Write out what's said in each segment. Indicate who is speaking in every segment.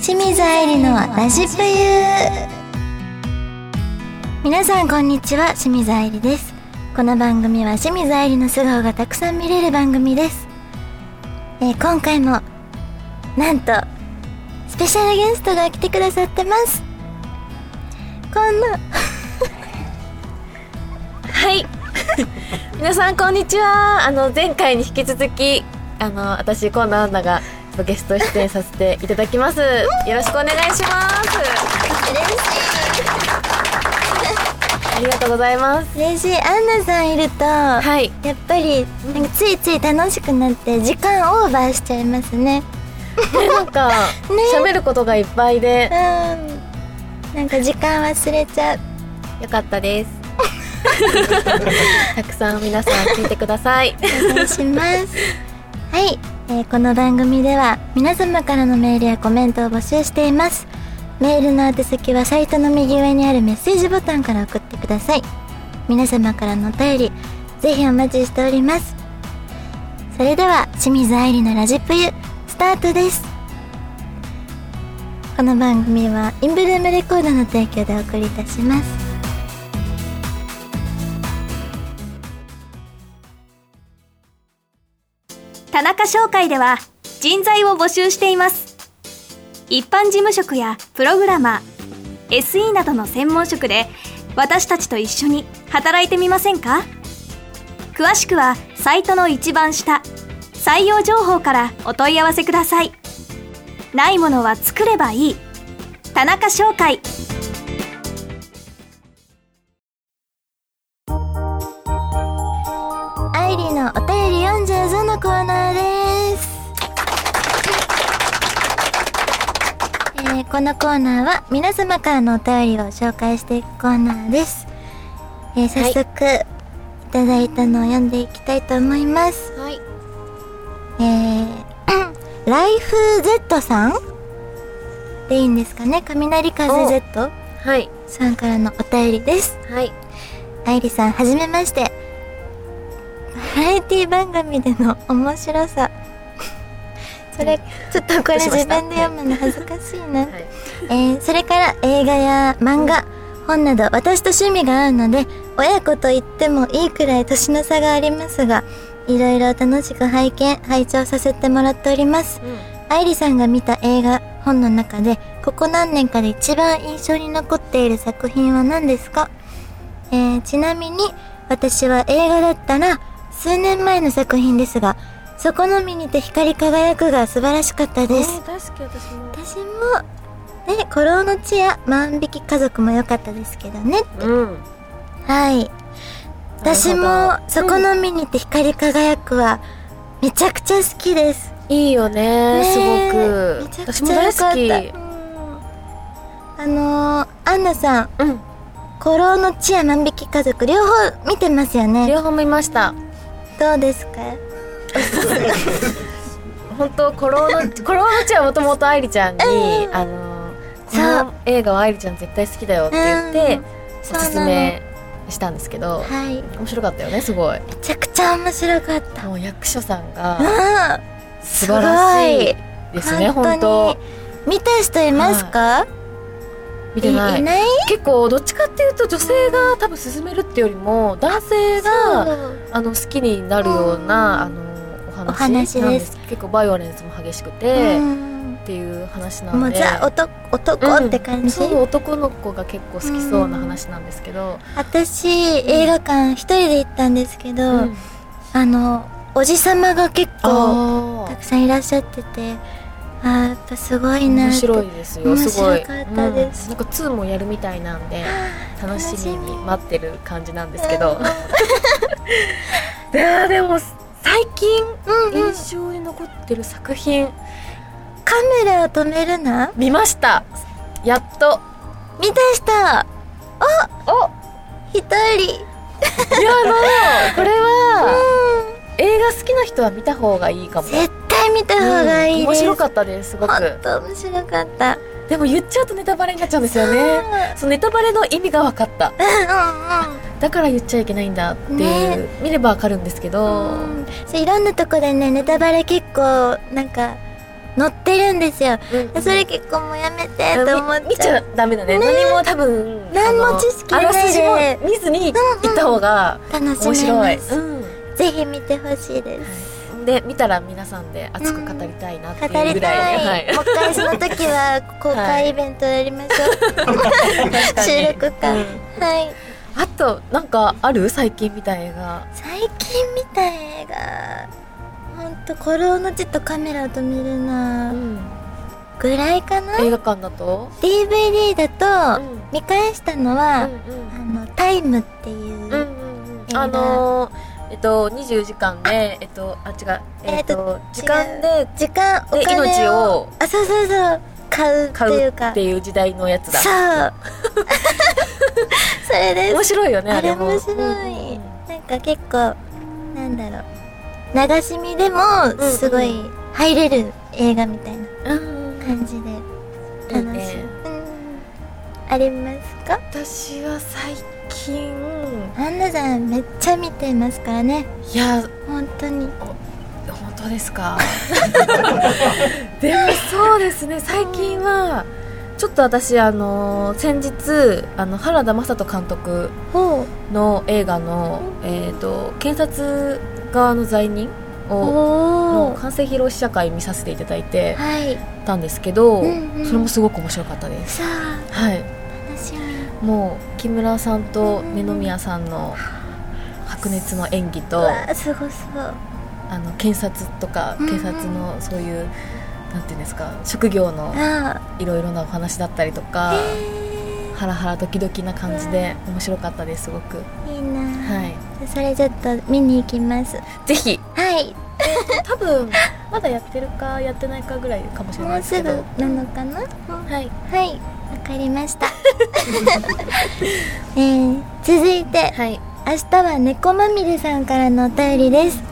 Speaker 1: 清水愛理のラジプユー皆さんこんにちは清水愛理ですこの番組は清水愛理の素顔がたくさん見れる番組です、えー今回もなんとスペシャルゲストが来てくださってますこんな
Speaker 2: はい。 皆さんこんにちは。あの前回に引き続き、あの私今野アンナがゲスト出演させていただきます。よろしくお願いします。ありがとうございます。
Speaker 1: 嬉しい嬉しいアンナさんいると、
Speaker 2: はい。
Speaker 1: やっぱりなんかついつい楽しくなって時間オーバーしちゃいますね
Speaker 2: でな んか喋、ることがいっぱいで
Speaker 1: うんなんか時間忘れちゃう
Speaker 2: よかったです。 たくさん皆さん聞いてください。
Speaker 1: お願いします。はい、えーこの番組では皆様からのメールやコメントを募集しています。メールの宛先はサイトの右上にあるメッセージボタンから送ってください。皆様からのお便り、ぜひお待ちしております。それでは、清水愛理のラジプユ、スタートです。この番組は、インブルームレコードの提供でお送りいたします。
Speaker 3: 田中商会では人材を募集しています一般事務職やプログラマー SE などの専門職で私たちと一緒に働いてみませんか詳しくはサイトの一番下採用情報からお問い合わせくださいないものは作ればいい田中商会
Speaker 1: アイリーのお便り読んじゃうぞのコーナーです。えーこのコーナーは皆様からのお便りを紹介していくコーナーです。えー早速、い、ただいたのを読んでいきたいと思います。
Speaker 2: はい。
Speaker 1: えー、 ライフ Z さんでいいんですかね雷風 Z
Speaker 2: はい。
Speaker 1: さんからのお便りです。
Speaker 2: はい。
Speaker 1: 愛理さん、はじめまして。バラエティ番組での面白さ。それ、ちょっとこれ
Speaker 2: どうしま
Speaker 1: 自
Speaker 2: した
Speaker 1: 分で読むの恥ずかしいな。
Speaker 2: はい。
Speaker 1: えーそれから映画や漫画、本など私と趣味が合うので、親子と言ってもいいくらい年の差がありますが、いろいろ楽しく拝見、拝聴させてもらっております。愛理さんが見た映画、本の中で、ここ何年かで一番印象に残っている作品は何ですかえーちなみに、私は映画だったら、数年前の作品ですが、そこのみにて光り輝くが素晴らしかったです。
Speaker 2: 大好き私も。
Speaker 1: 私も、ね、古老の地や万引き家族も良かったですけどね。
Speaker 2: うん。
Speaker 1: はい。私も、そこの見にて光り輝くは、めちゃくちゃ好きです。
Speaker 2: いいよね
Speaker 1: ねえ
Speaker 2: すご
Speaker 1: め
Speaker 2: く
Speaker 1: ちゃく
Speaker 2: 私
Speaker 1: ち
Speaker 2: も
Speaker 1: ゃ
Speaker 2: 大
Speaker 1: 良かった
Speaker 2: 好
Speaker 1: あのー、アンナさん、
Speaker 2: きうん
Speaker 1: 古老の地や万引き家族、両方見てますよね。
Speaker 2: 両方見ました
Speaker 1: どうですか
Speaker 2: 本当コ ロのコロのちはもともと愛理ちゃんに、
Speaker 1: うん
Speaker 2: あのこ
Speaker 1: そう
Speaker 2: の映画は愛理ちゃん絶対好きだよって言って、
Speaker 1: うん
Speaker 2: おすすめしたんですけど
Speaker 1: はい。め
Speaker 2: 面白かったよねすごい
Speaker 1: ちゃくちゃ面白かった。
Speaker 2: もう役所さん
Speaker 1: う
Speaker 2: が
Speaker 1: ん。
Speaker 2: 素晴らしいですね本当
Speaker 1: 見た人いますか、
Speaker 2: 見てない
Speaker 1: いない
Speaker 2: 結構どっちかっていうと女性が多分進めるってよりも男性があの好きになるような、あのお話
Speaker 1: お話です
Speaker 2: なん結構バイオレンスも激しく
Speaker 1: う
Speaker 2: て、
Speaker 1: ん
Speaker 2: っていう話な
Speaker 1: も
Speaker 2: の
Speaker 1: う
Speaker 2: で
Speaker 1: ザ男男って感じ、
Speaker 2: そう男の子が結構好きそうな話なんですけど、
Speaker 1: 私映画館一人で行ったんですけど、
Speaker 2: うん
Speaker 1: あのおじさまが結構
Speaker 2: あ
Speaker 1: た
Speaker 2: ー
Speaker 1: くさんいらっしゃっててあーやっぱすごいな
Speaker 2: 面
Speaker 1: って
Speaker 2: 白いですよすごい
Speaker 1: 面白かったです
Speaker 2: うんなんか2もやるみたいなんで楽しみ
Speaker 1: 楽し
Speaker 2: に
Speaker 1: み
Speaker 2: 待ってる感じなんですけど、 いやーでも最近
Speaker 1: うんうん
Speaker 2: 印象に残ってる作品
Speaker 1: カメラを止めるな
Speaker 2: 見ましたやっと
Speaker 1: 見たした
Speaker 2: お
Speaker 1: 一人
Speaker 2: いやあのこれは映画好きな人は見た方がいいかも
Speaker 1: 絶対見た方がいいです、
Speaker 2: うん面白かったですすご
Speaker 1: 本
Speaker 2: く
Speaker 1: 当面白かった
Speaker 2: でも言っちゃうとネタバレになっちゃうんですよねそのネタバレの意味が分かった
Speaker 1: う
Speaker 2: だから言っちゃいけないんだっていう、
Speaker 1: ね
Speaker 2: 見れば分かるんですけ
Speaker 1: ん
Speaker 2: ど、
Speaker 1: うんうんうんそういろんなとこでねネタバレ結構なんか載ってるんですよ。
Speaker 2: うんうん
Speaker 1: それ結構もうやめて
Speaker 2: あの
Speaker 1: と思っ
Speaker 2: み見
Speaker 1: ち
Speaker 2: ち
Speaker 1: ゃう。
Speaker 2: ゃダメだね
Speaker 1: ね
Speaker 2: 何も多分
Speaker 1: 何も
Speaker 2: あの
Speaker 1: 知識ない
Speaker 2: あ
Speaker 1: で
Speaker 2: らすじも見ずに行った方が
Speaker 1: 楽しめ
Speaker 2: 面
Speaker 1: ます。
Speaker 2: 白い、うん
Speaker 1: ぜひ見てほしいです。
Speaker 2: で見たら皆さんで熱く語りたいなって
Speaker 1: 語
Speaker 2: い
Speaker 1: り
Speaker 2: うぐら
Speaker 1: た
Speaker 2: い
Speaker 1: い、
Speaker 2: は い
Speaker 1: もう一回その時は公開イベントやりましょう、収録会、
Speaker 2: うん
Speaker 1: はい
Speaker 2: あとなんかある最近見た映画
Speaker 1: 最近見た映画ほんとこれをのちょっとカメラと見るなぐらいかな
Speaker 2: 映画館だと
Speaker 1: DVD だと
Speaker 2: う
Speaker 1: 見返したのは、
Speaker 2: ん
Speaker 1: あの「タイムっていう、
Speaker 2: うんうん
Speaker 1: 映画
Speaker 2: あのーえっと24時間でえっとあ違う
Speaker 1: え
Speaker 2: えっと
Speaker 1: っと
Speaker 2: 時間で
Speaker 1: 時間お
Speaker 2: で
Speaker 1: 金を
Speaker 2: 命を
Speaker 1: あそうそうそう買うって
Speaker 2: 買
Speaker 1: いううか
Speaker 2: っていう時代のやつだ
Speaker 1: そうそれです
Speaker 2: 面白いよね
Speaker 1: あ
Speaker 2: あ
Speaker 1: れ
Speaker 2: れも
Speaker 1: 面白い、なんか結構なんだろう流し見でも
Speaker 2: うん
Speaker 1: すごい入れる映画みたいな
Speaker 2: うんうんうん
Speaker 1: 感じで楽しい、
Speaker 2: いいね
Speaker 1: うんありますか
Speaker 2: 私は最近
Speaker 1: アンナさんめっちゃ見てますからね
Speaker 2: いや
Speaker 1: 本当に
Speaker 2: 本当で すかでもそうですね最近はちょっと私あの先日あの原田雅人監督
Speaker 1: ほう
Speaker 2: の映画の、えー、と検察側の罪人を
Speaker 1: お
Speaker 2: の
Speaker 1: お
Speaker 2: 完成披露試写会見させていただいて
Speaker 1: はい
Speaker 2: たんですけど、
Speaker 1: うんうん
Speaker 2: それもすごく面白かったです
Speaker 1: さあ
Speaker 2: はい
Speaker 1: 楽しみ
Speaker 2: もう木村さんと二宮さんの白熱の演技
Speaker 1: う
Speaker 2: と
Speaker 1: わすごそう
Speaker 2: あの検察とか
Speaker 1: うんうん
Speaker 2: 警察のそういう、なんていうんですか職業の
Speaker 1: あ
Speaker 2: いろいろなお話だったりとか、
Speaker 1: あえ
Speaker 2: ハラハラドキドキな感じで面白かったですすごく、
Speaker 1: ーいいな、
Speaker 2: はい
Speaker 1: それちょっと見に行きます
Speaker 2: ぜひ
Speaker 1: はい
Speaker 2: 多分まだやってるかやってないかぐらいかもしれな
Speaker 1: も
Speaker 2: いうです
Speaker 1: す
Speaker 2: け
Speaker 1: ぐ
Speaker 2: ど
Speaker 1: なのかな、
Speaker 2: はい
Speaker 1: はい、わかりま した。えー、続いて、
Speaker 2: はい
Speaker 1: 明日は猫まみれさんからのお便りです。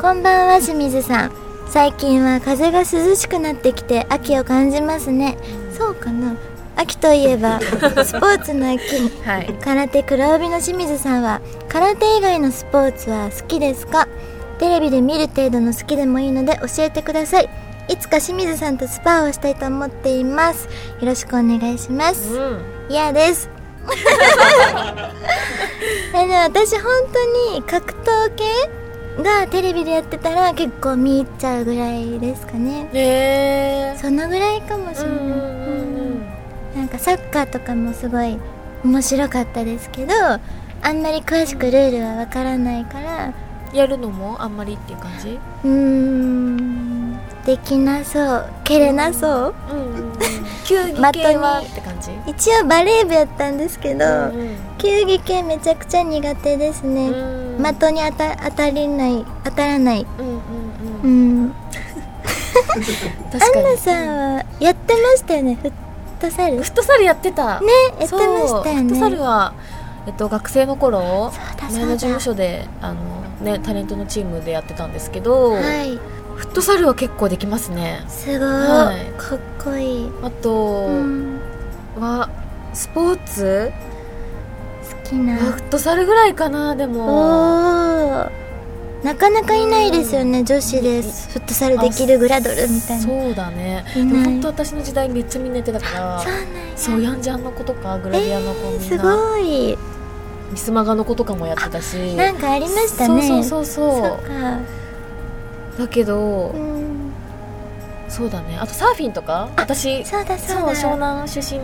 Speaker 1: こんばんは、清水さん。最近は風が涼しくなってきて秋を感じますね。そうかな秋といえ ば、スポーツの秋。
Speaker 2: はい
Speaker 1: 空手黒帯の清水さんは空手以外のスポーツは好きですかテレビで見る程度の好きでもいいので教えてくださいいつか清水さんとスパーをしたいと思っていますよろしくお願いします
Speaker 2: うん
Speaker 1: 嫌です あの私本当に格闘系がテレビでやってたら結構見入っちゃうぐらいですかね
Speaker 2: へえ
Speaker 1: そのぐらいかもしれない、なんかサッカーとかもすごい面白かったですけどあんまり詳しくルールはわからないから
Speaker 2: やるのもあんまりっていう感じ
Speaker 1: うーんできなそう蹴れなそう
Speaker 2: うん球
Speaker 1: ま
Speaker 2: 技
Speaker 1: とに
Speaker 2: 系はって感じ
Speaker 1: 一応バレー部やったんですけど、
Speaker 2: うん
Speaker 1: 球技系めちゃくちゃ苦手です
Speaker 2: う
Speaker 1: ね、
Speaker 2: ん
Speaker 1: 的に当た当たりない当たらない
Speaker 2: うんうんうん
Speaker 1: うん
Speaker 2: 確か
Speaker 1: アンナ
Speaker 2: に
Speaker 1: さんはやってましたよねフットサルね
Speaker 2: フットサルやってた
Speaker 1: やってましたよ
Speaker 2: そうフット
Speaker 1: ね
Speaker 2: サルは、えっと、学生の頃
Speaker 1: そうだ
Speaker 2: 前
Speaker 1: そ
Speaker 2: の事
Speaker 1: う
Speaker 2: 務
Speaker 1: だ
Speaker 2: 所であの、ね、タレントのチームでやってたんですけど、
Speaker 1: はい
Speaker 2: フットサルは結構できますね
Speaker 1: すごい、
Speaker 2: はい
Speaker 1: かっこいい、
Speaker 2: あと
Speaker 1: うん、
Speaker 2: は、スポーツ
Speaker 1: 好きな
Speaker 2: フットサルぐらいかなで
Speaker 1: お
Speaker 2: も
Speaker 1: ーなかなかいないですよね、女子でフットサルできるグラドルみたいなそう
Speaker 2: そうだね
Speaker 1: いない
Speaker 2: でも本当私の時代めっちゃみんなやってたから
Speaker 1: なんや
Speaker 2: そうヤンジャンの子とかグラビアの子みんな、
Speaker 1: すごい
Speaker 2: ミスマガの子とかもやってたし
Speaker 1: なんかありましたね
Speaker 2: そうそうそう
Speaker 1: そ
Speaker 2: そう
Speaker 1: か
Speaker 2: うだけど、
Speaker 1: うん
Speaker 2: そうだねあとサーフィンとか私
Speaker 1: そうだ
Speaker 2: そ
Speaker 1: そううだ
Speaker 2: 湘南出身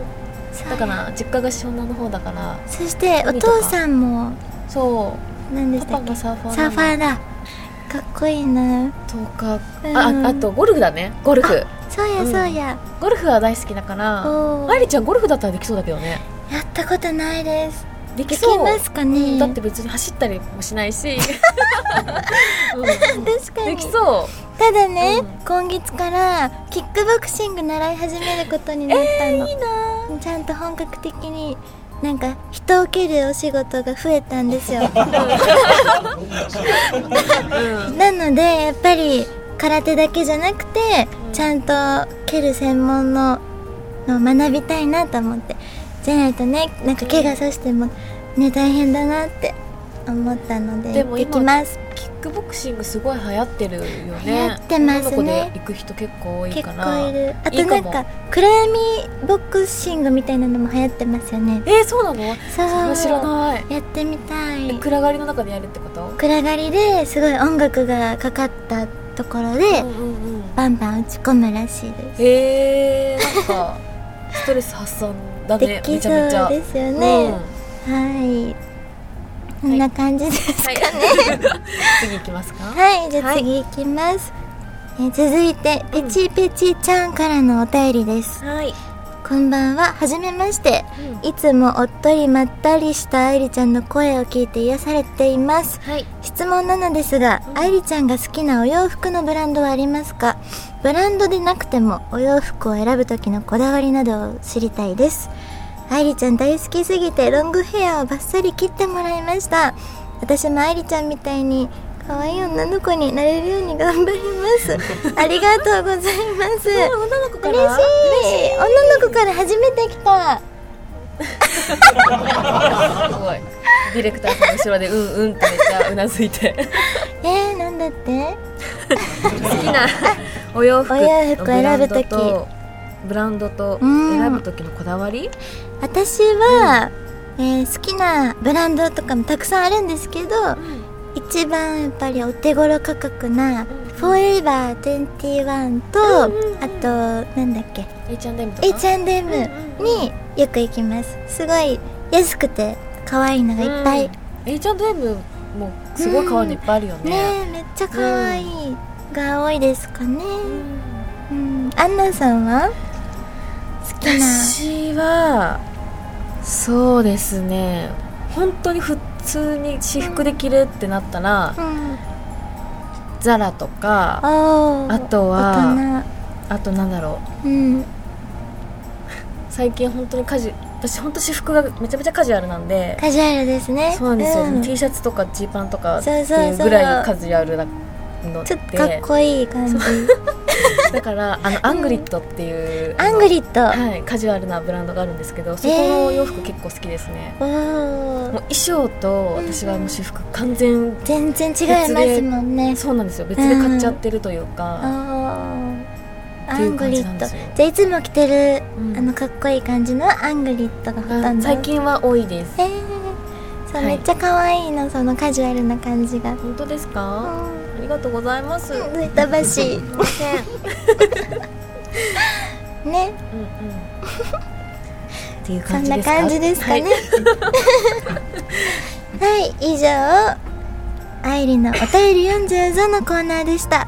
Speaker 1: そう
Speaker 2: だから実家が湘南の方だから
Speaker 1: そしてお父さんも
Speaker 2: そ
Speaker 1: 何で
Speaker 2: う
Speaker 1: した
Speaker 2: パパ
Speaker 1: っけ
Speaker 2: がサーファー
Speaker 1: サーファ
Speaker 2: ー
Speaker 1: ーだかっこいいな
Speaker 2: とか
Speaker 1: うん
Speaker 2: ああとゴルフだねゴルフ
Speaker 1: そうや
Speaker 2: うん
Speaker 1: そうや、
Speaker 2: ゴルフは大好きだから
Speaker 1: お
Speaker 2: 愛
Speaker 1: ー
Speaker 2: 梨ちゃんゴルフだったらできそうだけどね
Speaker 1: やったことないです
Speaker 2: でき
Speaker 1: でき
Speaker 2: そう
Speaker 1: ますかね
Speaker 2: だって別に走ったりもしない し、
Speaker 1: 確
Speaker 2: うん
Speaker 1: か
Speaker 2: で
Speaker 1: に
Speaker 2: きそ
Speaker 1: ただね、
Speaker 2: うん
Speaker 1: 今月からキックボクシング習い始めることになったの、ちゃんと本格的になんか人を蹴るお仕事が増えたん ですよ
Speaker 2: う、うん
Speaker 1: なのでやっぱり空手だけじゃなくて、
Speaker 2: うん
Speaker 1: ちゃんと蹴る専門ののを学びたいなと思ってじゃないとねなんか怪我させてもね大変だなって思ったので
Speaker 2: で
Speaker 1: 行
Speaker 2: も
Speaker 1: って
Speaker 2: 今
Speaker 1: きます
Speaker 2: キックボクシングすごい流行ってるよね
Speaker 1: 流行ってますね
Speaker 2: 女の子で行く人結構多い
Speaker 1: 結
Speaker 2: か
Speaker 1: 構
Speaker 2: ら
Speaker 1: いるあ
Speaker 2: い
Speaker 1: とな
Speaker 2: いか
Speaker 1: ん
Speaker 2: も
Speaker 1: か暗闇ボクシングみたいなのも流行ってますよね
Speaker 2: えー、そうなの
Speaker 1: そう
Speaker 2: それは知らない
Speaker 1: やってみた
Speaker 2: え
Speaker 1: い
Speaker 2: 暗がりの中でやるってこと
Speaker 1: 暗がりですごい音楽がかかったところで、
Speaker 2: うんうんうん
Speaker 1: バンバン打ち込むらしいです
Speaker 2: えー、なんかストレス発散だ
Speaker 1: で
Speaker 2: ね
Speaker 1: き
Speaker 2: めち
Speaker 1: そ
Speaker 2: ゃめちゃ
Speaker 1: うですよ
Speaker 2: うん
Speaker 1: ね、はいこんな感じです
Speaker 2: はい 次行きますか
Speaker 1: はい、じゃあ
Speaker 2: はい
Speaker 1: 次いきます、えー続いてペチペチちゃんからのお便りです、
Speaker 2: はい、
Speaker 1: こんばんははじめまして
Speaker 2: うん
Speaker 1: いつもおっとりまったりした愛理ちゃんの声を聞いて癒されています
Speaker 2: はい、
Speaker 1: 質問なのですが
Speaker 2: うん
Speaker 1: 愛理ちゃんが好きなお洋服のブランドはありますかブランドでなくてもお洋服を選ぶ時のこだわりなどを知りたいです愛理ちゃん大好きすぎてロングヘアをバッサリ切ってもらいました私も愛理ちゃんみたいに可愛い女の子になれるように頑張り ますありがとうございます
Speaker 2: 女の子 か
Speaker 1: 嬉
Speaker 2: ら
Speaker 1: しい女の子から初めて来た
Speaker 2: すごいディレクターさんの後ろでうんうんってめっちゃうなずいて
Speaker 1: えー、なんだって
Speaker 2: 好きな お洋服
Speaker 1: お洋服を選ぶ時
Speaker 2: ブランドと
Speaker 1: うん
Speaker 2: 選ぶ時のこだわり
Speaker 1: 私は、えー好きなブランドとかもたくさんあるんですけど一番やっぱりお手頃価格なフォーエバー21と、
Speaker 2: うんうんうん
Speaker 1: あとなんだっけ
Speaker 2: H&M とか
Speaker 1: H&M
Speaker 2: うんうん
Speaker 1: によく行きますすごい安くて可愛いのがいっぱい、
Speaker 2: うん H&M もすごい可愛いのいっぱいあるよ
Speaker 1: ね
Speaker 2: ね、
Speaker 1: えめっちゃ可愛いが多いですかね、
Speaker 2: うん
Speaker 1: うん、アンナさんは好きな
Speaker 2: 私はそうですね本当に普通に私服で着るってなったら、
Speaker 1: うん
Speaker 2: ザラとか
Speaker 1: おー
Speaker 2: あとは
Speaker 1: 大
Speaker 2: あとなんだろ
Speaker 1: 人う
Speaker 2: う
Speaker 1: ん
Speaker 2: 最近本当にカジ私本当私服がめちゃめちゃカジュアルなんで
Speaker 1: カジュアルですね
Speaker 2: そうなんですよ、
Speaker 1: ん
Speaker 2: T シャツとかジーパンとかって
Speaker 1: そうそうそう
Speaker 2: いうぐらいカジュアルなの
Speaker 1: ち
Speaker 2: で
Speaker 1: ょっとかっこいい感じ。
Speaker 2: だからあのアングリットっていう、
Speaker 1: アングリット。
Speaker 2: はい、カジュアルなブランドがあるんですけどそこのお洋服結構好きですね、
Speaker 1: お
Speaker 2: も
Speaker 1: ー
Speaker 2: う衣装と私はもう私服完全
Speaker 1: 全然違いますもんね。
Speaker 2: そうなんですよ別で買っちゃってるという
Speaker 1: お
Speaker 2: か、
Speaker 1: ー
Speaker 2: っ
Speaker 1: ア
Speaker 2: てい
Speaker 1: ン
Speaker 2: う
Speaker 1: グ
Speaker 2: 感
Speaker 1: リ
Speaker 2: じな
Speaker 1: ッ
Speaker 2: ん
Speaker 1: ト。
Speaker 2: です
Speaker 1: じ
Speaker 2: よ
Speaker 1: ゃあいつも着てる、
Speaker 2: うん
Speaker 1: あのかっこいい感じのアングリットがほとんど。
Speaker 2: 最近は多いです
Speaker 1: えーそう、
Speaker 2: はい
Speaker 1: めっちゃ可愛いのそのカジュアルな感じが。
Speaker 2: 本当です
Speaker 1: う
Speaker 2: か、
Speaker 1: ん
Speaker 2: ありがとうございま す、うんうん、
Speaker 1: 板橋。 ね、
Speaker 2: っていう
Speaker 1: そ
Speaker 2: 感
Speaker 1: ん
Speaker 2: じ
Speaker 1: な
Speaker 2: ですか
Speaker 1: 感じですかね。
Speaker 2: はい
Speaker 1: はい、以上、愛理のお便り読んじゃうぞのコーナーでした。